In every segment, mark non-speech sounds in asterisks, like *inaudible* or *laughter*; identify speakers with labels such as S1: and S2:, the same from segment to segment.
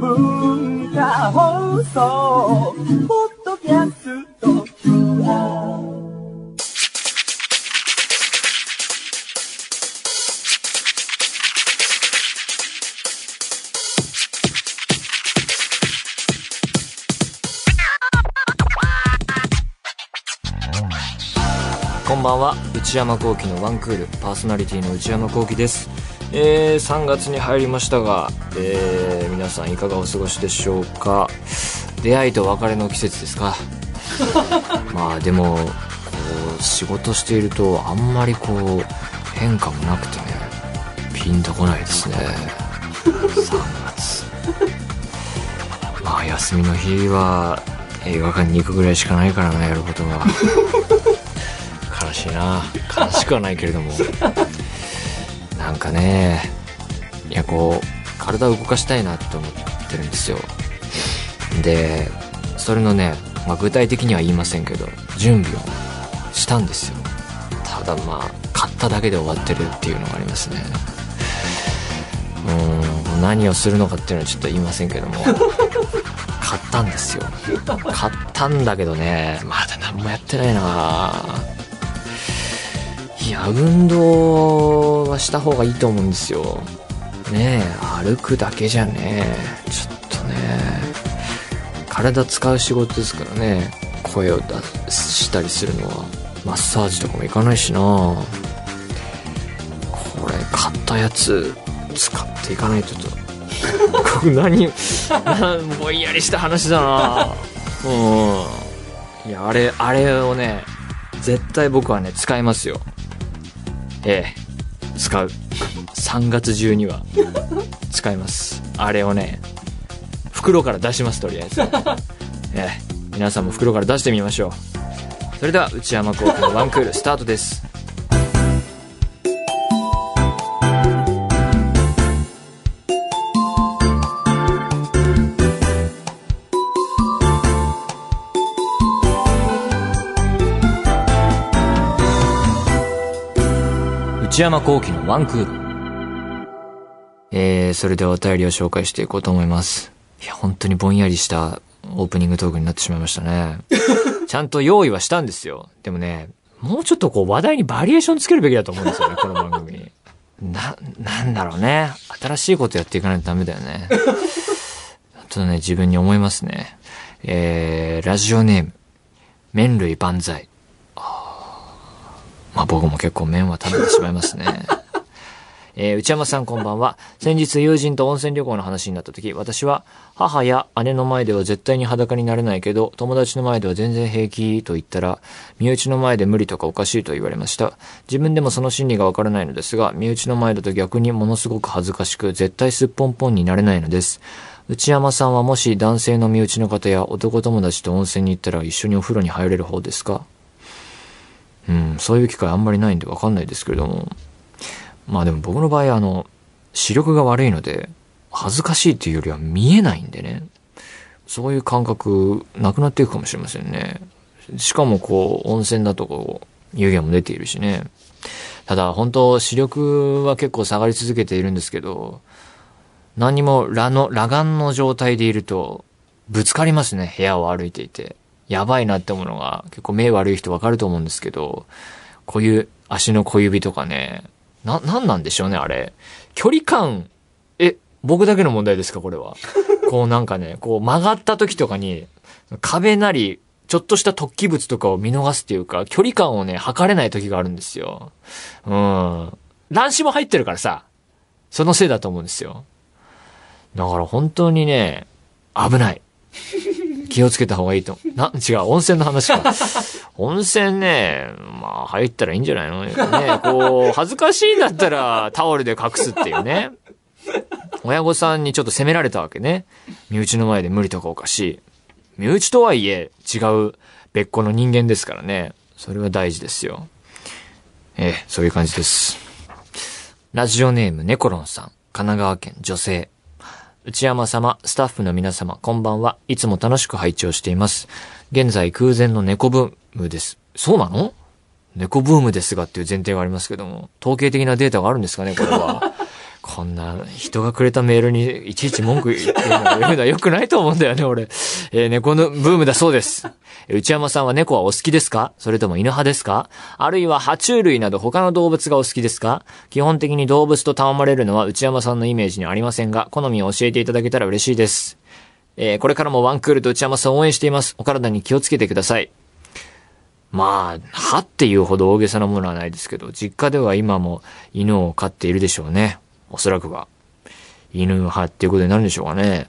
S1: 文化放送ポッドキャスト
S2: こんばんは内山聖輝のワンクールパーソナリティの内山聖輝です、えー、3月に入りましたが、えー、皆さんいかがお過ごしでしょうか出会いと別れの季節ですかまあでもこう仕事しているとあんまりこう変化もなくてねピンとこないですね3月まあ休みの日は映画館に行くぐらいしかないからねやることが悲しいな悲しくはないけれどもなんかねいやこう体を動かしたいなって思ってるんですよでそれのね、まあ、具体的には言いませんけど準備をしたんですよただまあ買っただけで終わってるっていうのがありますねうーん何をするのかっていうのはちょっと言いませんけども買ったんですよ買ったんだけどねまだ何もやってないないや運動はした方がいいと思うんですよねえ歩くだけじゃねちょっとね体使う仕事ですからね声を出したりするのはマッサージとかもいかないしなこれ買ったやつ使っていかないとと *laughs* これ何なぼんやりした話だなうんいやあれあれをね絶対僕はね使いますよええ使う3月中には使いますあれをね袋から出しますとりあえずええ皆さんも袋から出してみましょうそれでは内山高校のワンクールスタートです内山幸喜のワンクール。えー、それではお便りを紹介していこうと思います。いや、本当にぼんやりしたオープニングトークになってしまいましたね。ちゃんと用意はしたんですよ。でもね、もうちょっとこう話題にバリエーションつけるべきだと思うんですよね、この番組に。な、なんだろうね。新しいことやっていかないとダメだよね。ちょっとね、自分に思いますね。えー、ラジオネーム、麺類万歳。まあ僕も結構麺は食べてしまいますね。えー内山さんこんばんは。先日友人と温泉旅行の話になった時、私は母や姉の前では絶対に裸になれないけど、友達の前では全然平気と言ったら、身内の前で無理とかおかしいと言われました。自分でもその心理がわからないのですが、身内の前だと逆にものすごく恥ずかしく、絶対すっぽんぽんになれないのです。内山さんはもし男性の身内の方や男友達と温泉に行ったら一緒にお風呂に入れる方ですかうん、そういう機会あんまりないんでわかんないですけれども。まあでも僕の場合、あの、視力が悪いので、恥ずかしいっていうよりは見えないんでね。そういう感覚、なくなっていくかもしれませんね。しかもこう、温泉だとこう、湯気も出ているしね。ただ、本当視力は結構下がり続けているんですけど、何にも、らの、裸眼の状態でいると、ぶつかりますね、部屋を歩いていて。やばいなってものが、結構目悪い人わかると思うんですけど、こういう足の小指とかね、な、なんなんでしょうね、あれ。距離感、え、僕だけの問題ですか、これは。こうなんかね、こう曲がった時とかに、壁なり、ちょっとした突起物とかを見逃すっていうか、距離感をね、測れない時があるんですよ。うん。乱視も入ってるからさ、そのせいだと思うんですよ。だから本当にね、危ない。気をつけた方がいいと。な、違う、温泉の話か。温泉ね、まあ入ったらいいんじゃないのね、こう、恥ずかしいんだったらタオルで隠すっていうね。親御さんにちょっと責められたわけね。身内の前で無理とかおかしい。身内とはいえ違う別個の人間ですからね。それは大事ですよ。ええ、そういう感じです。ラジオネームネコロンさん、神奈川県女性。内山様、スタッフの皆様、こんばんは。いつも楽しく拝聴しています。現在空前の猫ブームです。そうなの猫ブームですがっていう前提がありますけども、統計的なデータがあるんですかね、これは。ここんな人がくれたメールにいちいち文句言って読むのは良くないと思うんだよね、俺。えー猫のブームだそうです。えー内山さんは猫はお好きですかそれとも犬派ですかあるいは爬虫類など他の動物がお好きですか基本的に動物と戯れるのは内山さんのイメージにはありませんが、好みを教えていただけたら嬉しいです。えーこれからもワンクールと内山さんを応援しています。お体に気をつけてください。まあ、歯っていうほど大げさなものはないですけど、実家では今も犬を飼っているでしょうね。おそらくは。犬派っていうことになるんでしょうかね。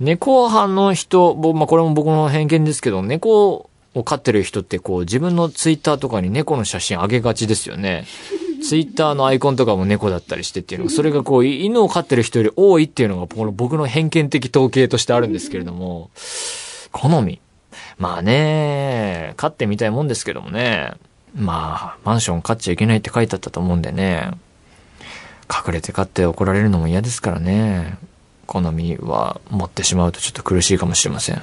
S2: 猫派の人、僕、まあこれも僕の偏見ですけど、猫を飼ってる人ってこう自分のツイッターとかに猫の写真上げがちですよね。ツイッターのアイコンとかも猫だったりしてっていうのが、それがこう犬を飼ってる人より多いっていうのがこの僕の偏見的統計としてあるんですけれども、好み。まあね、飼ってみたいもんですけどもね。まあ、マンション飼っちゃいけないって書いてあったと思うんでね。隠れて飼って怒られるのも嫌ですからね。好みは持ってしまうとちょっと苦しいかもしれません。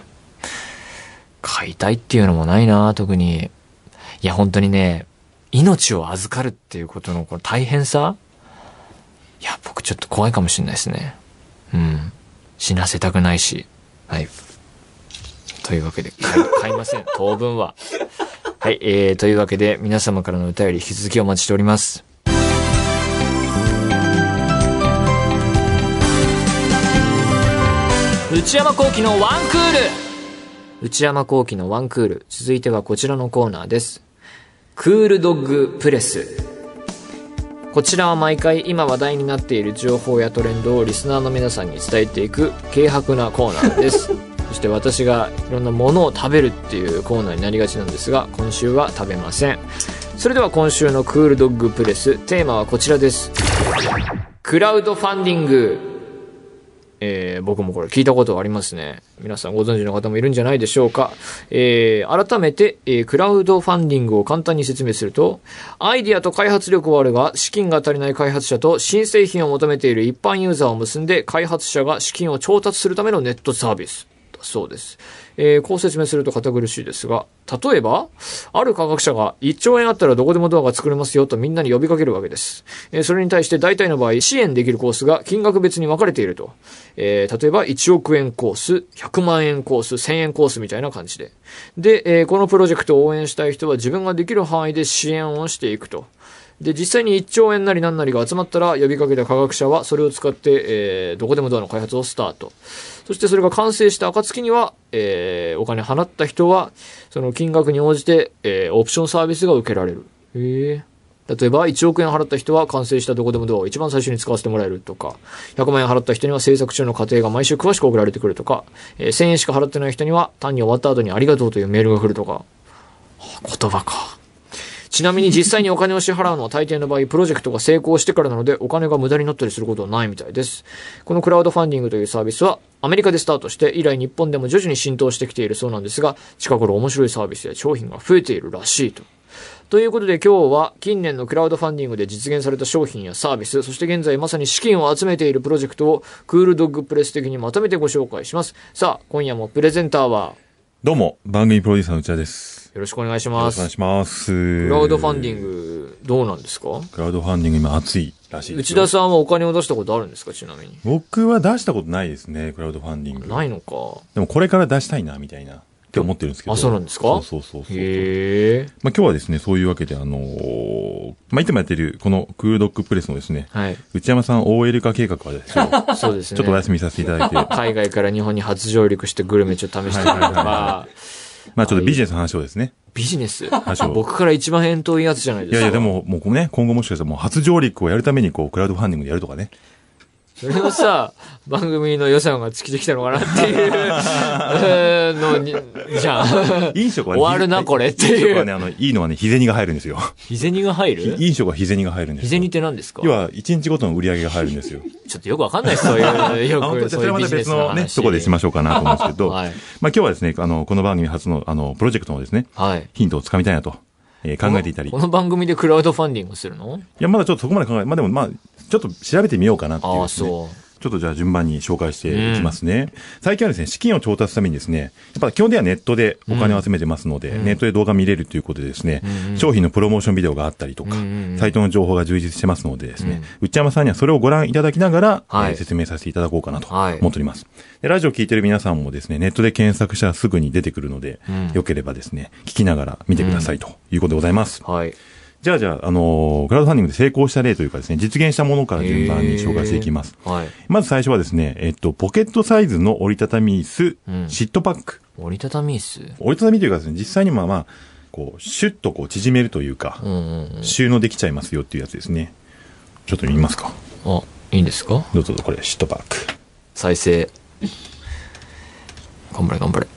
S2: 飼いたいっていうのもないな特に。いや、本当にね、命を預かるっていうことのこの大変さいや、僕ちょっと怖いかもしれないですね。うん。死なせたくないし。はい。というわけで、買い買いません。 *laughs* 当分は。はい、えー、というわけで、皆様からのお便り引き続きお待ちしております。内山幸喜のワンクール内山幸喜のワンクール。続いてはこちらのコーナーです。クールドッグプレス。こちらは毎回今話題になっている情報やトレンドをリスナーの皆さんに伝えていく軽薄なコーナーですそして私がいろんなものを食べるっていうコーナーになりがちなんですが今週は食べませんそれでは今週のクールドッグプレステーマはこちらですクラウドファンディングえー僕もこれ聞いたことがありますね。皆さんご存知の方もいるんじゃないでしょうか。えー改めて、えークラウドファンディングを簡単に説明すると、アイディアと開発力はあるが、資金が足りない開発者と新製品を求めている一般ユーザーを結んで、開発者が資金を調達するためのネットサービス。だそうです。えーこう説明すると堅苦しいですが、例えば、ある科学者が1兆円あったらどこでもドアが作れますよとみんなに呼びかけるわけです。えーそれに対して大体の場合、支援できるコースが金額別に分かれていると。えー例えば1億円コース、100万円コース、1000円コースみたいな感じで。で、えーこのプロジェクトを応援したい人は自分ができる範囲で支援をしていくと。で、実際に1兆円なり何なりが集まったら、呼びかけた科学者はそれを使って、えーどこでもドアの開発をスタート。そしてそれが完成した暁には、えーお金払った人は、その金額に応じて、えーオプションサービスが受けられる。へえ。例えば、1億円払った人は完成したどこでもドアを一番最初に使わせてもらえるとか、100万円払った人には制作中の過程が毎週詳しく送られてくるとか、えー1000円しか払ってない人には単に終わった後にありがとうというメールが来るとか、はあ言葉か。ちなみに実際にお金を支払うのは大抵の場合、プロジェクトが成功してからなので、お金が無駄になったりすることはないみたいです。このクラウドファンディングというサービスは、アメリカでスタートして、以来日本でも徐々に浸透してきているそうなんですが、近頃面白いサービスや商品が増えているらしいと。ということで今日は近年のクラウドファンディングで実現された商品やサービス、そして現在まさに資金を集めているプロジェクトをクールドッグプレス的にまとめてご紹介します。さあ、今夜もプレゼンターは
S3: どうも、番組プロデューサーの内田です。
S2: よろしくお願いし
S3: よ
S2: ま
S3: ろしくお願い
S2: す。
S3: します。
S2: クラウドファンディン
S3: グ。
S2: グどうなんですか
S3: クラウドファンディング今熱いらしいです
S2: 内
S3: よ
S2: 田さんはお金を出したことあるんですかちなみに。
S3: 僕は出したことないですね、クラウドファンディング。
S2: ないのか。
S3: でもこれから出したいな、みたいな、って思ってるんですけど。
S2: あ、そうなんですか
S3: そうそうそうそう。
S2: へえ。
S3: まあ今日はですね、そういうわけで、あのーまあいつもやってる、このクールドッグプレスのですね、
S2: はい。
S3: 内山さん OL 化計画
S2: *laughs*
S3: はですね、
S2: そうですね。
S3: ちょっとお休みさせていただいて、
S2: 海外から日本に初上陸してグルメちょっと試してみると
S3: はいはいはい
S2: か、
S3: まあちょっとビジネスの話をですね。
S2: ビジネス。
S3: 話を
S2: 僕から一番遠遠いやつじゃないです
S3: い
S2: か。
S3: やいや、で。も、もうね、今後もしかしたらもう初上陸をやるために、こう、クラウドファンディングでやるとかね。
S2: それをさ、番組の予算が尽きてきたのかなっていう、えーのに、じゃあ、
S3: 飲食は
S2: 終わるなこれっていう
S3: 飲食はね、あの、いいのはね、日銭が入るんですよ。
S2: 日銭が入る
S3: 飲食は日銭が入るんです
S2: 日
S3: よ。
S2: 銭って何ですか
S3: 要は、1日ごとの売り上げが入るんですよ。
S2: *laughs* ちょっとよくわかんないです、そういう、よ
S3: あ本当
S2: く、
S3: じゃ
S2: そう
S3: あそ
S2: い
S3: れ
S2: う
S3: は
S2: ビ
S3: ま
S2: ジ
S3: た
S2: ネ
S3: 別
S2: スの
S3: の
S2: 話。
S3: ね、ところでしましょうかなと思うんですけど、
S2: はい
S3: まあ今日はですね、あの、この番組初の、あの、プロジェクトのですね、
S2: はい。
S3: ヒントをつかみたいなと、えー考えていたり。い
S2: この番組でクラウドファンディングするの
S3: や、まだちょっとそこまで考え、まあでもまあ、ちょっと調べてみようかなっていう、ね。
S2: ああ、そう。
S3: ちょっとじゃあ順番に紹介していきますね。最近はですね、資金を調達するためにですね、やっぱ基本ではネットでお金を集めてますので、ネットで動画見れるということでですね、商品のプロモーションビデオがあったりとか、サイトの情報が充実してますのでですね、内山さんにはそれをご覧いただきながら、
S2: はい
S3: えー説明させていただこうかなと
S2: はい
S3: 思っております。でラジオ聞いてる皆さんもですね、ネットで検索したらすぐに出てくるので、よければですね、聞きながら見てくださいということでございます。
S2: はい。
S3: じゃあじゃあ、あのークラウドファンディングで成功した例というかですね、実現したものから順番に紹介していきます。
S2: えーはい。
S3: まず最初はですね、えっと、ポケットサイズの折りたたみ椅子、
S2: うん
S3: シットパック。
S2: 折りたたみ椅子
S3: 折りたたみというかですね、実際にまあまあ、こう、シュッとこう縮めるというか、
S2: うんうんうん。
S3: 収納できちゃいますよっていうやつですね。ちょっと見ますか。
S2: あ、いいんですか
S3: どうぞどうぞこれ、シットパック。
S2: 再生。頑張れ頑張れ。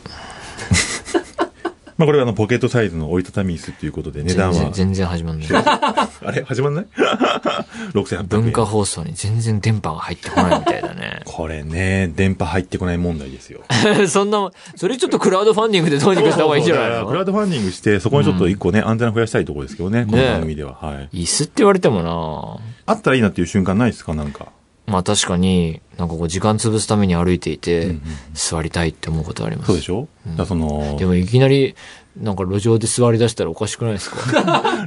S3: まあこれはあの、ポケットサイズの折りたたみ椅子っていうことで、値段
S2: 全然、
S3: は、
S2: 全然始まん
S3: *laughs*
S2: ない。
S3: あれ始まんない *laughs* ?6800 円。。
S2: 文化放送に全然電波が入ってこないみたいだね
S3: *laughs* これね、電波入ってこない問題ですよ。
S2: *laughs* そんな、それちょっとクラウドファンディングでどうにかした方がいいんじゃない
S3: そうそうだからクラウ *laughs*
S2: の
S3: ドファンディングして、そこにちょっと一個ね、安全な増やしたいところですけどね、この番組では。はい。
S2: 椅子って言われても
S3: あったらいいなっていう瞬間ないですかなんか。
S2: なまあ確かに、なんかこう時間潰すために歩いていて、
S3: んうん
S2: 座りたいって思うことあります。
S3: そうでしょ、
S2: うん
S3: だからその
S2: で、もいきなり、なんか路上で座り出したらおかしくないですか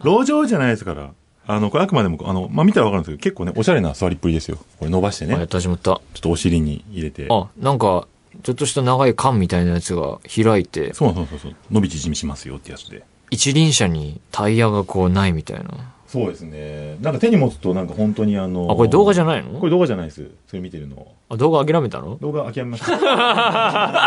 S3: 路上じゃないですから。あの、これあくまでも、あの、まあ、見たらわかるんですけど、結構ね、おしゃれな座りっぷりですよ。これ伸ばして
S2: あ、や
S3: *laughs* ね
S2: っ。と始まった。
S3: ちょっとお尻に入れて。
S2: あ、なんか、ちょっとした長い缶みたいなやつが開いて、
S3: そうそうそうそう。伸び縮みしますよってやつで。
S2: 一輪車にタイヤがこうないみたいな。
S3: そうですね。なんか手に持つと、なんか本当にあの
S2: あ、これ動画じゃない
S3: これ
S2: の
S3: 動画じゃないです。それ見てるの。
S2: あ動画諦めたの
S3: 動画諦めました。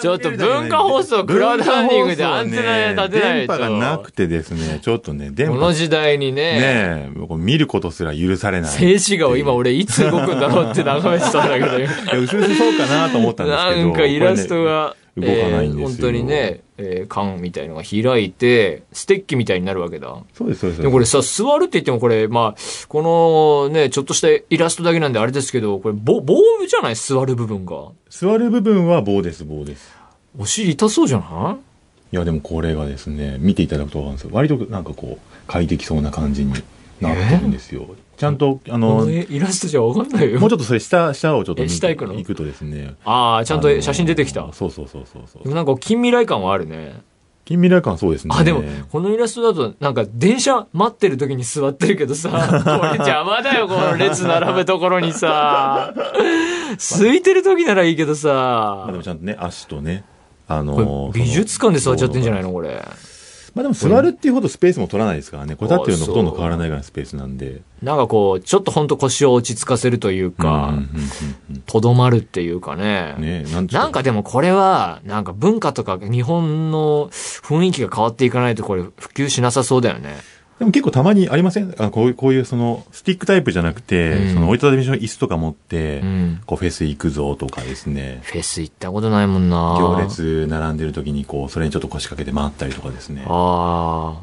S2: ちょっと文化放送クラウドファンディングでアンテナ立てないと
S3: 電波がなくてですね、ちょっとね、電
S2: こ
S3: 波
S2: の時代にね、
S3: ねえ、もう見ることすら許されない。
S2: 静止画を今俺いつ動くんだろうって眺めてたんだけど、
S3: いや、うすうすそうかなと思ったんですけ
S2: な
S3: ど。
S2: んかイラストが、
S3: これね動かないんで
S2: え
S3: すよ
S2: ー本当にね、えー缶みたいのが開いて、ステッキみたいになるわけだ。
S3: これね。そうです、そうです。
S2: でもこれさ、座るって言ってもこれ、まあ、このね、ちょっとしたイラストだけなんであれですけど、これ棒、棒じゃない座る部分が。
S3: 座る部分は棒です、棒です。
S2: お尻痛そうじゃない
S3: や、でもこれがですね、見ていただくとわかるんですよ。割となんかこう、快適そうな感じになってるんですよ。ちゃんと、あ
S2: いこ
S3: の、
S2: の
S3: もう
S2: イラストじゃわかんないよ。
S3: ちょっとそれ下、下をちょっと見
S2: え下行くの
S3: 行くとですね。
S2: ああ、ちゃん
S3: あの
S2: と写真出てきた。
S3: そうそうそうそうそ
S2: で
S3: う。
S2: もなんか近未来感はあるね。
S3: 近未来感そうですね。
S2: あ、でも、このイラストだと、なんか電車待ってる時に座ってるけど *laughs* さ、これ邪魔だよ、この列並ぶところに *laughs* さ。空いてる時ならいいけど
S3: まあ
S2: さ
S3: で。もちゃんとね、足とね、あの
S2: こ
S3: ー、
S2: れ美術館で座っちゃってんじゃないのこれ。
S3: まあでも座るっていうほどスペースも取らないですからね。これ立ってるのほとんど変わらないぐらいのスペースなんで。
S2: なんかこう、ちょっとほんと腰を落ち着かせるというか
S3: うんうん、うん
S2: とどまるっていうかね。
S3: うんねなん
S2: なんかでもこれは、なんか文化とか日本の雰囲気が変わっていかないとこれ普及しなさそうだよね。
S3: でも結構たまにありませんあこういう、こういうその、スティックタイプじゃなくて、
S2: うん
S3: その折りたたみの椅子とか持って、
S2: うん。
S3: こうフェス行くぞとかですね。
S2: フェス行ったことないもんな
S3: 行列並んでる時にこう、それにちょっと腰掛けて回ったりとかですね。
S2: あ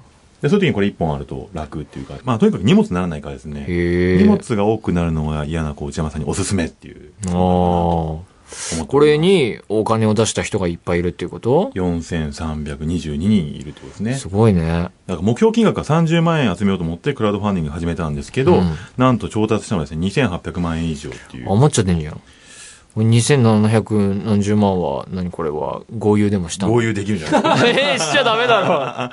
S3: で、そういう時にこれ一本あると楽っていうか、まあとにかく荷物にならないからです
S2: あ。
S3: ね。
S2: へえ。
S3: 荷物が多くなるのが嫌な、こう、内山さんにおすすめっていう。
S2: ああ。これ。にお金を出した人がいっぱいいるっていうこと
S3: 4322人いるってことですね。
S2: すごいね。
S3: なんか目標金額が30万円集めようと思ってクラウドファンディング始めたんですけど、
S2: うん
S3: なんと調達したのはですね、2800万円以上っていう。
S2: 余っちゃってんじゃん。これ2700何十万は、何これは、合流でもしたの
S3: 合流できるんじゃないですか。
S2: えー、しちゃダメだ
S3: *laughs*
S2: ろ。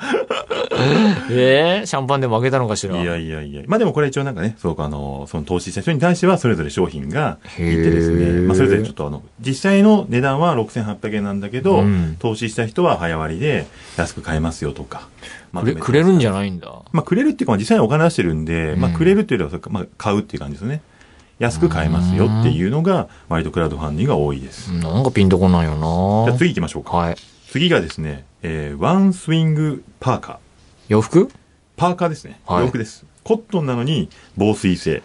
S2: えー、シャンパンでもあげたのかしら。
S3: いやいやいや。まあでもこれ一応なんかね、そうか、あの、その投資した人に対してはそれぞれ商品がいてです
S2: へー
S3: ね、まあそれぞれちょっとあの、実際の値段は6800円なんだけど、
S2: うん
S3: 投資した人は早割りで安く買えますよとか。まあ
S2: くれ、くれるんじゃないんだ。
S3: まあくれるっていうか、まあ実際にお金出してるんで、まあ
S2: うん
S3: くれるっていうよりはそれ、まあ買うっていう感じですね。安く買えますよっていうのが、割とクラウドファンディングが多いです。
S2: なんかピンとこないよ
S3: じゃ
S2: な
S3: あ次行きましょうか。
S2: はい。
S3: 次がですね、えー、ワンスイングパーカー。
S2: 洋服
S3: パーカーですね。
S2: はい
S3: 洋服です。コットンなのに防水性。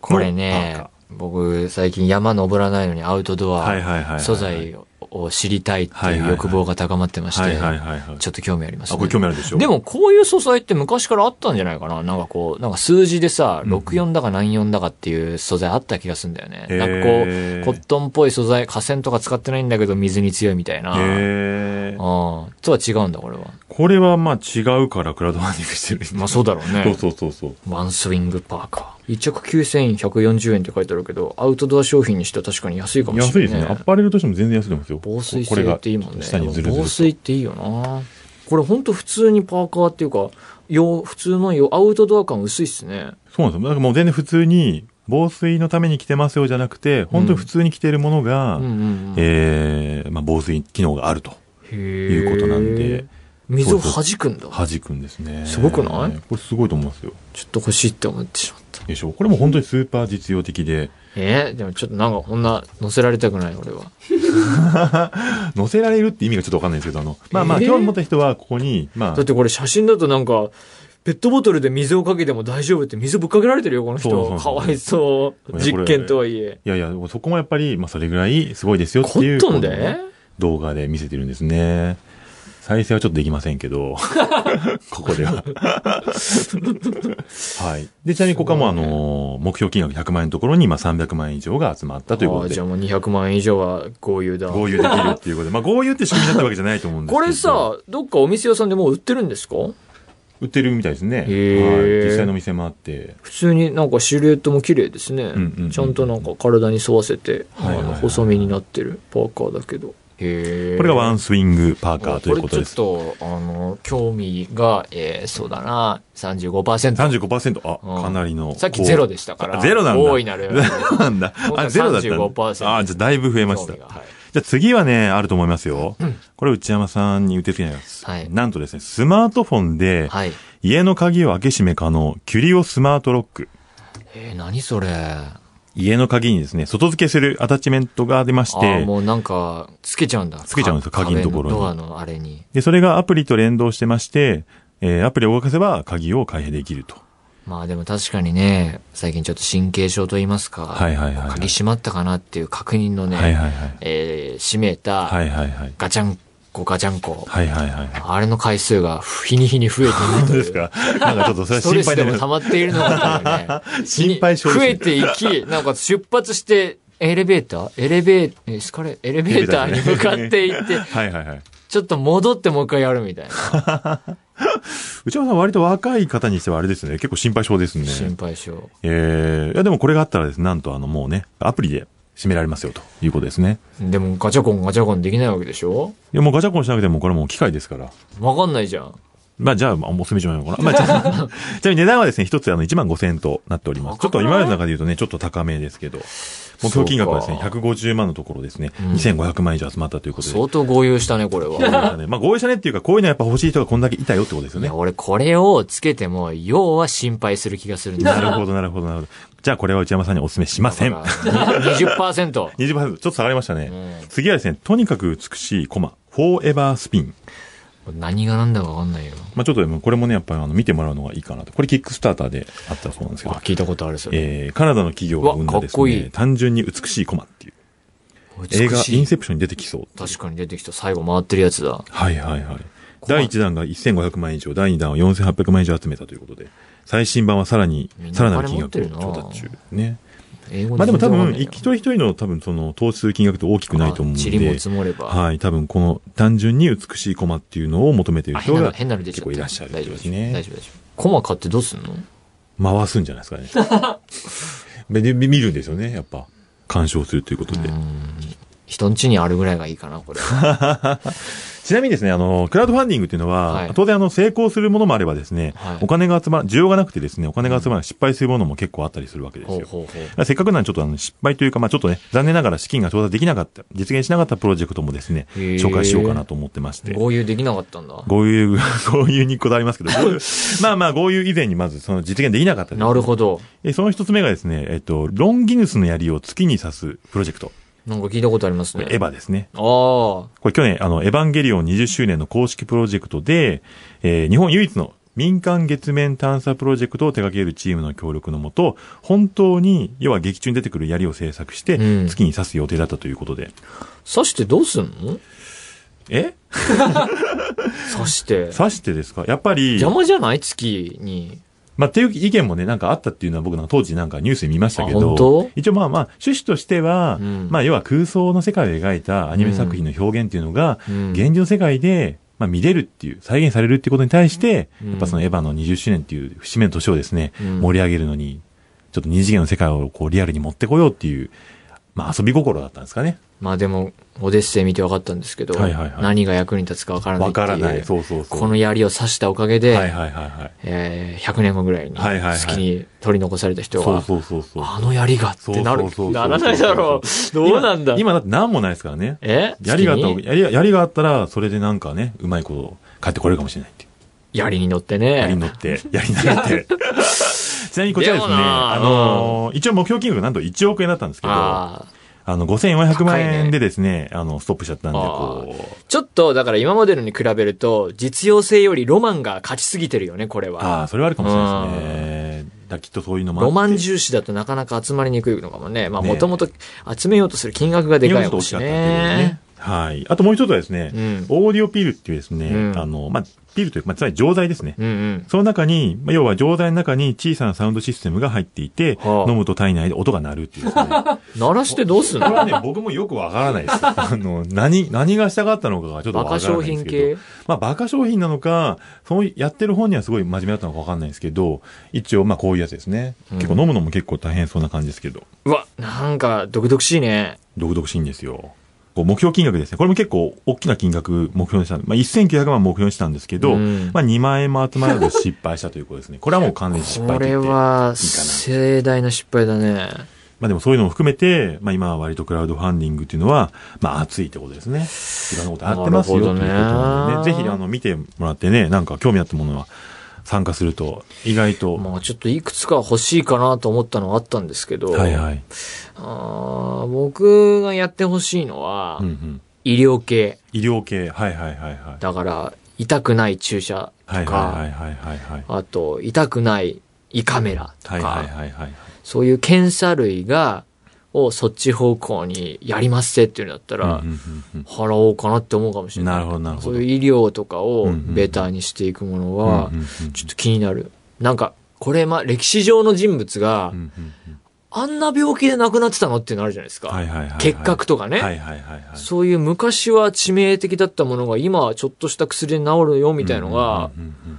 S2: これ
S3: パー
S2: ね
S3: カ、
S2: 僕、最近山登らないのにアウトド
S3: はいはいはいはいは
S2: ア
S3: い
S2: 素材を知りたいっていう欲望が高まってまし
S3: は
S2: て
S3: い、はいはいはい。
S2: ちょっと興味あります
S3: あ、
S2: ね。
S3: これ興味あるでしょ
S2: で、もこういう素材って昔からあったんじゃないかななんかこう、なんか数字でさ、
S3: うん
S2: 64だか94だかっていう素材あった気がするんだよね。
S3: へー
S2: なんかこう、コットンっぽい素材、河川とか使ってないんだけど水に強いみたいな。うん。
S3: へー
S2: とは違うんだ、これは。
S3: これはまあ違うからクラウドファンディングしてる人
S2: まあそうだろうね。
S3: そうそうそうそう。
S2: ワンスウィングパーカー。一着9140円って書いてあるけど、アウトドア商品にしては確かに安いかもし
S3: 安い
S2: れ
S3: で
S2: ない、
S3: すね。アパレルとしても全然安いと思いますよ。
S2: 防水
S3: これ
S2: 性
S3: が
S2: っていいもんね。
S3: 下にずるずると。
S2: 防水っていいよな。これほんと普通にパーカーっていうか、よ普通のよアウトドア感薄いっすね。
S3: そうなんですよ。だからもう全然普通に、防水のために着てますよじゃなくて、本当に普通に着てるものが、
S2: うんうんうん。
S3: ええまあ、防水機能があるということなん
S2: へ
S3: で
S2: ー、水を弾くんだ。
S3: 弾くんですね。
S2: すごくない
S3: これすごいと思いますよ。
S2: ちょっと欲しいって思ってしまった。
S3: でしょこれも本当にスーパー実用的で、
S2: えーでもちょっとなんかこんな乗せられたくない俺は。
S3: 乗せられるって意味がちょっとわかんないんですけど、あの、まあまあ、
S2: えー
S3: 興味持った人はここに、ま
S2: だっ
S3: あ、
S2: てこれ写真だとなんか、ペットボトルで水をかけても大丈夫って水ぶっかけられてるよ、この人。
S3: そうそう
S2: か
S3: そう
S2: わいそう。
S3: これ
S2: 実験とはいえ。
S3: いやいや、そこもやっぱり、まあ、それぐらいすごいですよっていう。
S2: コットンで
S3: この動画で見せてるんですね。再生はちょっとできません
S2: *laughs*
S3: けど、ここでは。はい。で、ちなみにここはもう、あのー、目標金額100万円のところに、まあ、300万円以上が集まったというこ
S2: あ
S3: と
S2: ー
S3: で
S2: じゃ、あもう200万円以上は豪遊だ。
S3: 合流できるっていうことで、まあ、合流って仕組みだったわけじゃないと思うんですけ
S2: こ
S3: ど。
S2: れ、さ、どっかお店屋さんでもう売ってるんですか
S3: 売ってるみたいですね。はい。
S2: へー
S3: 実際のお店もあって。
S2: 普通になんかシルエットも綺麗ですね、
S3: んうんうん
S2: ちゃんとなんか体に沿わせて、
S3: はいはいはい
S2: あの細身になってるパーカーだけどへえ
S3: これがワンスイングパーカーということです。
S2: これちょっとあの興味が、えー、そうだな35%
S3: 35%。
S2: うん
S3: あ、かなりの。
S2: さっきゼロでしたから
S3: あゼロなんだ。
S2: 大いなる
S3: なんだ。あ、ゼロだったんだ。
S2: 35%
S3: あ、じゃあだいぶ増えまし
S2: 興
S3: た。
S2: 味
S3: じ
S2: が
S3: ゃ
S2: はい
S3: あ次はね、あると思いますよ。これ内山さんに打てつけないです。
S2: はい
S3: なんとですね、スマートフォンで、
S2: はい、
S3: 家の鍵を開け閉め可能、キュリオスマートロック。
S2: えー、何それあ
S3: 家の鍵にですね、外付けするアタッチメントが出まし
S2: ー
S3: て、
S2: もうなんかつけちゃうんだ
S3: つけちゃうんですよ
S2: か
S3: 鍵のところに
S2: 壁のドアのあれに
S3: で、それがアプリと連動してまして、えーアプリを動かせば鍵を開閉できると。
S2: まあでも確かにね最近ちょっと神経症と言いますか、
S3: はいはいはいはい
S2: 鍵閉まったかなっていう確認のね、
S3: はいはいはい。
S2: えー閉めた、
S3: はいはいはい。
S2: ガチャンコガチャンコ、
S3: はいはいはいはい。
S2: あれの回数が日に日に増えているとい
S3: そうで
S2: う。
S3: すか。なんかちょっとそれは
S2: スト
S3: 心
S2: レス
S3: 配
S2: で
S3: だ
S2: も溜
S3: ね。
S2: まっているのかというね。
S3: *laughs* 心配性です
S2: 増
S3: ね
S2: えてい
S3: *laughs*
S2: き、なんか出発して、エレベーターエレベー、エスカレ、エレベーターに向かってい
S3: *laughs*
S2: って、
S3: はいはいはい。
S2: ちょっと戻ってもう一回やるみたいな。
S3: 内山さん割と若い方にしてはあれですね。結構心配性ですね。
S2: 心配性。
S3: えー、いやでもこれがあったらですね、なんとあのもうね、アプリで閉められますよということですね。
S2: でもガチャコンガチャコンできないわけでしょ
S3: いやもうガチャコンしなくてもこれもう機械ですから。
S2: わかんないじゃん。
S3: まあじゃあ、まあお勧めしましょうかな。まあじゃあ、
S2: *laughs*
S3: ちなみに値段はですね、一つあの1万5千円となっております。ちょっと今までの中で言うとね、ちょっと高めですけど、目標金額はですね、
S2: そうか
S3: 150万のところですね、2500万以上集まったということで。
S2: 相当豪遊したね、これは。
S3: まあ合意 *laughs* したねっていうか、こういうのやっぱ欲しい人がこんだけいたよってことですよ
S2: い
S3: ね
S2: や、。俺これをつけても、要は心配する気がするんだ
S3: なるほど、なるほど、なるほど。じゃあこれは内山さんにお勧めしません。
S2: 20%。
S3: 20%、ちょっと下がりましたね。
S2: う
S3: 次はですね、とにかく美しいコマ、フォーエバースピン。
S2: 何が何だか分かんないよ。
S3: まあちょっとでもこれもね、やっぱりあの見てもらうのがいいかなと。これキックスターターであったそうなんですけ
S2: あ
S3: ど、、
S2: 聞いたことあるそれ。
S3: えー、カナダの企業が生んだです
S2: うわかっこい
S3: ね
S2: い、
S3: 単純に美しいコマっていう。映
S2: 映
S3: 画
S2: 画、
S3: インセプションに出てきそう。
S2: 確かに出てきた最後回ってるやつだ。
S3: はいはいはい。第1弾が1500万円以上、第2弾は4800万円以上集めたということで、最新版はさらに
S2: みん、な
S3: さらなる金額
S2: お金持ってる
S3: を
S2: な
S3: 調達中。ね。
S2: 英語
S3: まあでも多
S2: 全然わかん
S3: 分、
S2: ないよ
S3: 一人一人の多分その投資する金額って大きくないと思うんで。
S2: あ塵も積もれば
S3: はい。多分この単純に美しいコマっていうのを求めてい
S2: あ
S3: る人
S2: 変なの
S3: が
S2: 変なの出ちゃ
S3: 結
S2: った。
S3: 構いらっしゃる。
S2: 大丈夫です。
S3: ね
S2: 大丈夫、大丈夫。コマ買ってどうすんの
S3: 回すんじゃないですかね。
S2: *laughs*
S3: でで見るんですよね、やっぱ。鑑賞するということで。
S2: 人ん家にあるぐらいがいいかな、こ
S3: *laughs*
S2: れ。
S3: ちなみにですね、あの、クラウドファンディングっていうのは、
S2: はい
S3: 当然あの、成功するものもあればですね、
S2: はい
S3: お金が集まら、需要がなくてですね、お金が集まらない失敗するものも結構あったりするわけです
S2: ほ
S3: よ。
S2: うほうほう
S3: だ。からせっかくならちょっとあの失敗というか、まあちょっとね、残念ながら資金が調達できなかった、実現しなかったプロジェクトもですね、
S2: へー
S3: 紹介しようかなと思ってまして。
S2: 合流できなかったんだ。
S3: 合流、 *laughs* 合流にこだわ
S2: *laughs*
S3: りますけど、豪遊まあまあ合流以前にまずその実現できなかったです
S2: なるほど。
S3: えその一つ目がですね、えっと、ロンギヌスの槍を月に刺すプロジェクト。
S2: なんか聞いたことあります
S3: こ
S2: ね。
S3: れエヴァですね。
S2: ああ。
S3: これ去年、あの、エヴァンゲリオン20周年の公式プロジェクトで、えー日本唯一の民間月面探査プロジェクトを手掛けるチームの協力のもと、本当に、要は劇中に出てくる槍を制作して、
S2: うん
S3: 月に刺す予定だったということで。
S2: 刺してどうすんの
S3: え
S2: 刺して。
S3: 刺してですかやっぱり、
S2: 邪魔じゃない月に。
S3: まあ、っていう意見もね、なんかあったっていうのは僕なんか当時なんかニュースで見ましたけ
S2: あ本当
S3: ど、一応まあまあ、趣旨としては、
S2: うん
S3: まあ要は空想の世界を描いたアニメ作品の表現っていうのが、
S2: うん
S3: 現実の世界でまあ見れるっていう、再現されるっていうことに対して、やっぱそのエヴァの20周年っていう節目の年をですね、
S2: ん
S3: 盛り上げるのに、ちょっと二次元の世界をこうリアルに持ってこようっていう、まあ遊び心だったんですかね。
S2: まあでも、オデッセイ見て分かったんですけど、
S3: はいはいはい
S2: 何が役に立つか分からない
S3: わ
S2: っていう。
S3: からない。そうそうそう。
S2: この槍を刺したおかげで、
S3: はいはいはいはい。
S2: えー100年後ぐらいに、
S3: はいはいはい
S2: 好きに取り残された人は、
S3: そうそうそうそう。
S2: あの槍がってなる。
S3: そうそうそうそう
S2: ならないだろう。どうなんだ
S3: 今。今だって何もないですからね。
S2: え
S3: 槍があった
S2: 好きに
S3: 槍が槍があったら、それでなんかね、うまいこと帰ってこれるかもしれないっていう。
S2: 槍に乗ってね。
S3: 槍に乗って、槍に乗
S2: *laughs*
S3: って。ちなみにこちらです
S2: で
S3: ね、
S2: もな
S3: あのー一応目標金額がなんと1億円だったんですけど、あ
S2: ああ。
S3: の、5400万
S2: 高いね
S3: 円でですね、あの、ストップしちゃったんで、
S2: あ
S3: こう、
S2: ちょっと、だから今までのに比べると、実用性よりロマンが勝ちすぎてるよね、これは。
S3: ああ、それはあるかもしれないですね。だからきっとそういうのもあって
S2: ロマン重視だとなかなか集まりにくいのかもね。まあ
S3: ね
S2: もともと集めようとする金額がでかいもんし
S3: 日本人と大きかったっていう
S2: ね
S3: ね。はい。あともう一つはですね、
S2: うん
S3: オーディオピルっていうですね、
S2: うん
S3: あの、まあ、ピルというか、まあ、つまり錠剤ですね。
S2: うんうん。
S3: その中に、まあ、要は錠剤の中に小さなサウンドシステムが入っていて、
S2: はあ
S3: 飲むと体内で音が鳴るっていうですね。 *laughs* こ
S2: 鳴らしてどうすん
S3: れ
S2: の
S3: はね、僕もよくわからないです。 *laughs* あの、何、何がしたかったのかがちょっとわ
S2: バ
S3: から
S2: カ
S3: ない
S2: 商
S3: んです
S2: 品
S3: けど。
S2: 系
S3: まあ、バカ商品なのか、そのやってる本にはすごい真面目だったのかわかんないですけど、一応、まあ、こういうやつですね。
S2: うん
S3: 結構飲むのも結構大変そうな感じですけど。
S2: うわ、なんか、毒々しいね。
S3: 独々しいんですよ。こう目標金額ですね。これも結構大きな金額目標にした。まあ、1900万目標にしたんですけど、
S2: うん
S3: まあ、2万円も集まらず失敗したということですね。これはもう完全に失敗
S2: こと
S3: 言
S2: れ
S3: っ
S2: は、
S3: ていいかな
S2: 盛大な失敗だね。
S3: まあ、でもそういうのも含めて、まあ、今は割とクラウドファンディングっていうのは、まあ、熱いってことですね。いろんなことあってますよと
S2: な
S3: いう
S2: る
S3: こ
S2: ほ
S3: と
S2: どね
S3: なんでね。ぜひ、あの、見てもらってね、なんか興味あったものは参加すると、意外と。
S2: まあちょっといくつか欲しいかなと思ったのはあったんですけど、
S3: はいはい。
S2: あー僕がやってほしいのは、
S3: うんうん。
S2: 医療系。
S3: 医療系。はいはいはいはい。
S2: だから、痛くない注射とか、
S3: はいはいはいはいはい。
S2: あと、痛くない胃カメラとか、
S3: はいはいはいはい。
S2: そういう検査類が、をそっち方向にやりますせっていうのだったら、
S3: うんうんうんうん
S2: 払おうかなって思うかもしれない。
S3: なるほどなるほど
S2: そういう医療とか
S3: うん
S2: を
S3: うんうん
S2: ベターにしていくものは
S3: うんうんうんう、ん
S2: ちょっと気になる。なんか、これ、ま、歴史上の人物が、
S3: うんうんうん
S2: あんな病気で亡くなってたのっていうのあるじゃないですか。
S3: はいはいはいはい
S2: 結核とかね。
S3: はいはいはいはい。
S2: そういう昔は致命的だったものが今はちょっとした薬で治るよみたいのが、
S3: うんうんうんうん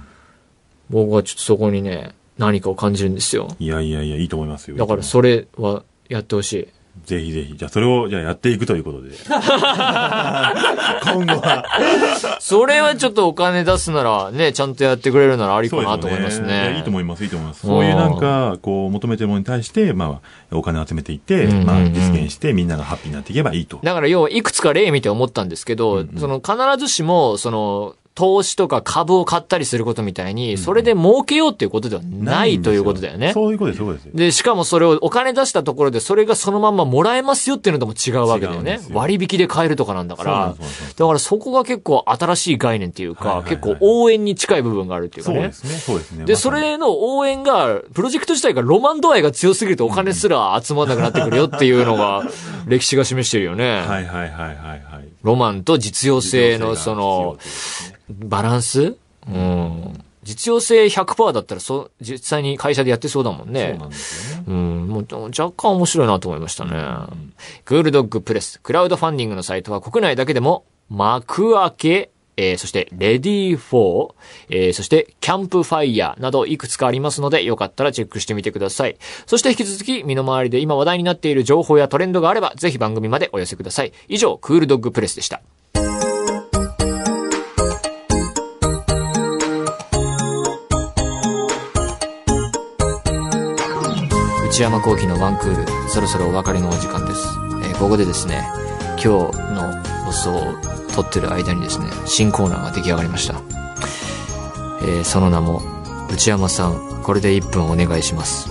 S2: 僕はちょっとそこにね、何かを感じるんですよ。
S3: いやいやいや、いいと思いますよ。
S2: だからそれはやってほしい。
S3: ぜひぜひ。じゃあそれを、じゃあやっていくということで。 *laughs* 今後 *laughs* は。
S2: それはちょっとお金出すならね、ちゃんとやってくれるならありかなと思います
S3: い
S2: ね。
S3: やいいと思います、いいと思います。
S2: うん
S3: そういうなんか、こう、求めてるものに対して、まあ、お金を集めていって、
S2: うんうんうん
S3: まあ、実現して、みんながハッピーになっていけばいいと。
S2: だから要はいくつか例見て思ったんですけど、
S3: うんうん
S2: その必ずしも、その、投資とか株を買ったりすることみたいに、それで儲けようっていうことではない
S3: ん
S2: と
S3: です
S2: いうことだよね。
S3: そういうことです、そういうことです。
S2: で、しかもそれをお金出したところで、それがそのまんまもらえますよっていうのとも違うわけだよ
S3: 違うん
S2: ね
S3: で。すよ
S2: 割引で買えるとかなんだか
S3: そうなん
S2: ら
S3: ですそうなんです。
S2: だからそこが結構新しい概念っていう
S3: はい
S2: か
S3: は、いはい
S2: 結構応援に近い部分があるっていうか
S3: そう
S2: ね
S3: で。すね、そうですね。
S2: で、
S3: まさ
S2: そ
S3: に
S2: れの応援が、プロジェクト自体がロマン度合いが強すぎるとお金すら集まんなくなってくるよっていうの
S3: *laughs*
S2: が、歴史が示してるよね。
S3: はいはいはいはいはい。
S2: ロマンと実用性の
S3: 実
S2: そ
S3: 用性が必要
S2: の
S3: ということですね
S2: バランスうん。実用性100%だったらそ、実際に会社でやってそうだもんね。
S3: そうなんですよね。
S2: うん、もう若干面白いなと思いましたね。クールドッグプレス、クラウドファンディングのサイトは国内だけでも、幕開け、えーそして、レディー4、えーそして、キャンプファイヤーなどいくつかありますので、よかったらチェックしてみてください。そして引き続き、身の回りで今話題になっている情報やトレンドがあれば、ぜひ番組までお寄せください。以上、クールドッグプレスでした。内山幸喜のワンクールそろそろお別れのお時間です、えーここでですね今日の放送を撮ってる間にですね新コーナーが出来上がりました、えーその名も内山さんこれで1分お願いします、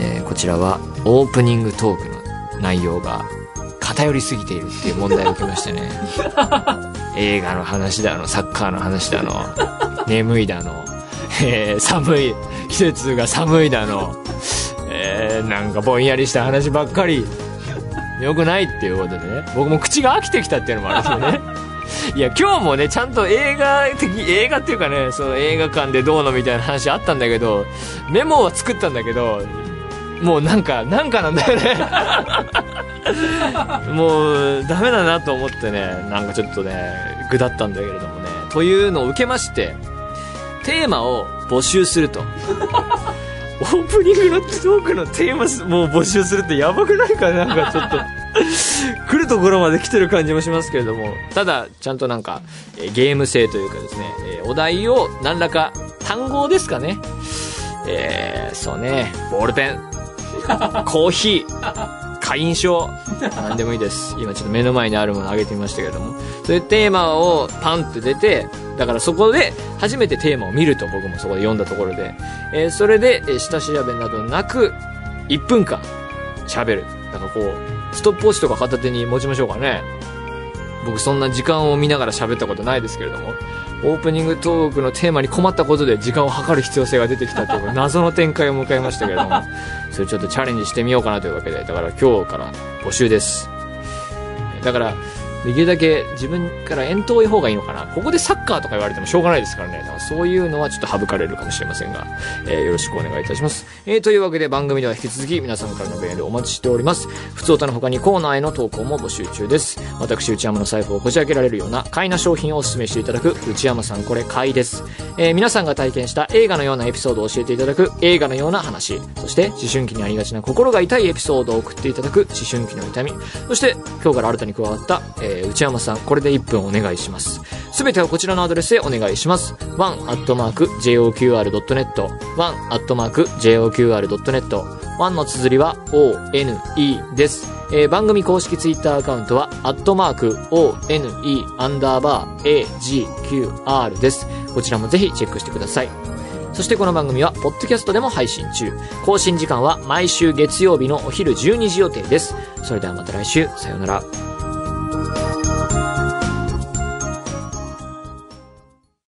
S2: えーこちらはオープニングトークの内容が偏りすぎているっていう問題を受けましてね映画の話だのサッカーの話だの眠いだの、えー寒い季節が寒いだのえーなんかぼんやりした話ばっかりよくないっていうことでね僕も口が飽きてきたっていうのもあるんですよね *laughs* いや今日もねちゃんと映画的映画っていうかねその映画館でどうのみたいな話あったんだけどメモは作ったんだけどもうなんかなんかなんだ *laughs* よねもうダメだなと思ってねなんかちょっとねぐだったんだけれどもねというのを受けまして、テーマを募集すると。オープニングのトークのテーマすもう募集するってやばくないかなんかちょっと。来るところまで来てる感じもしますけれども、ただ、ちゃんとなんか、えーゲーム性というかですね、えーお題を何らか、単語ですかね。えー、そうね、ボールペン、コーヒー、会員証、何でもいいです。今ちょっと目の前にあるものを挙げてみましたけれども、そういうテーマをパンって出て、だからそこで初めてテーマを見ると僕もそこで読んだところで、えーそれで、えー下調べなどなく、1分間、喋る。なんかこう、ストップウォッチとか片手に持ちましょうかね。僕そんな時間を見ながら喋ったことないですけれども、オープニングトークのテーマに困ったことで時間を測る必要性が出てきたという *laughs* 謎の展開を迎えましたけれども、それちょっとチャレンジしてみようかなというわけで、だから今日から募集です。だから、できるだけ自分から遠遠い方がいいのかな。ここでサッカーとか言われてもしょうがないですからね。だからそういうのはちょっと省かれるかもしれませんが、えーよろしくお願いいたします。えーというわけで番組では引き続き皆さんからのメールお待ちしております。普通歌の他にコーナーへの投稿も募集中です。私、内山の財布をこじ開けられるような買いな商品をお勧めしていただく、内山さんこれ買いです。えー皆さんが体験した映画のようなエピソードを教えていただく、映画のような話。そして、思春期にありがちな心が痛いエピソードを送っていただく、思春期の痛み。そして、今日から新たに加わった、えー内山さん、これで1分お願いします。すべてはこちらのアドレスへお願いします。one.joqr.net、one.joqr.net、1の綴りは one です。えー番組公式ツイッターアカウントは、アットマーク one アンダーバー agqr です。こちらもぜひチェックしてください。そしてこの番組は、ポッドキャストでも配信中。更新時間は毎週月曜日のお昼12時予定です。それではまた来週、さようなら。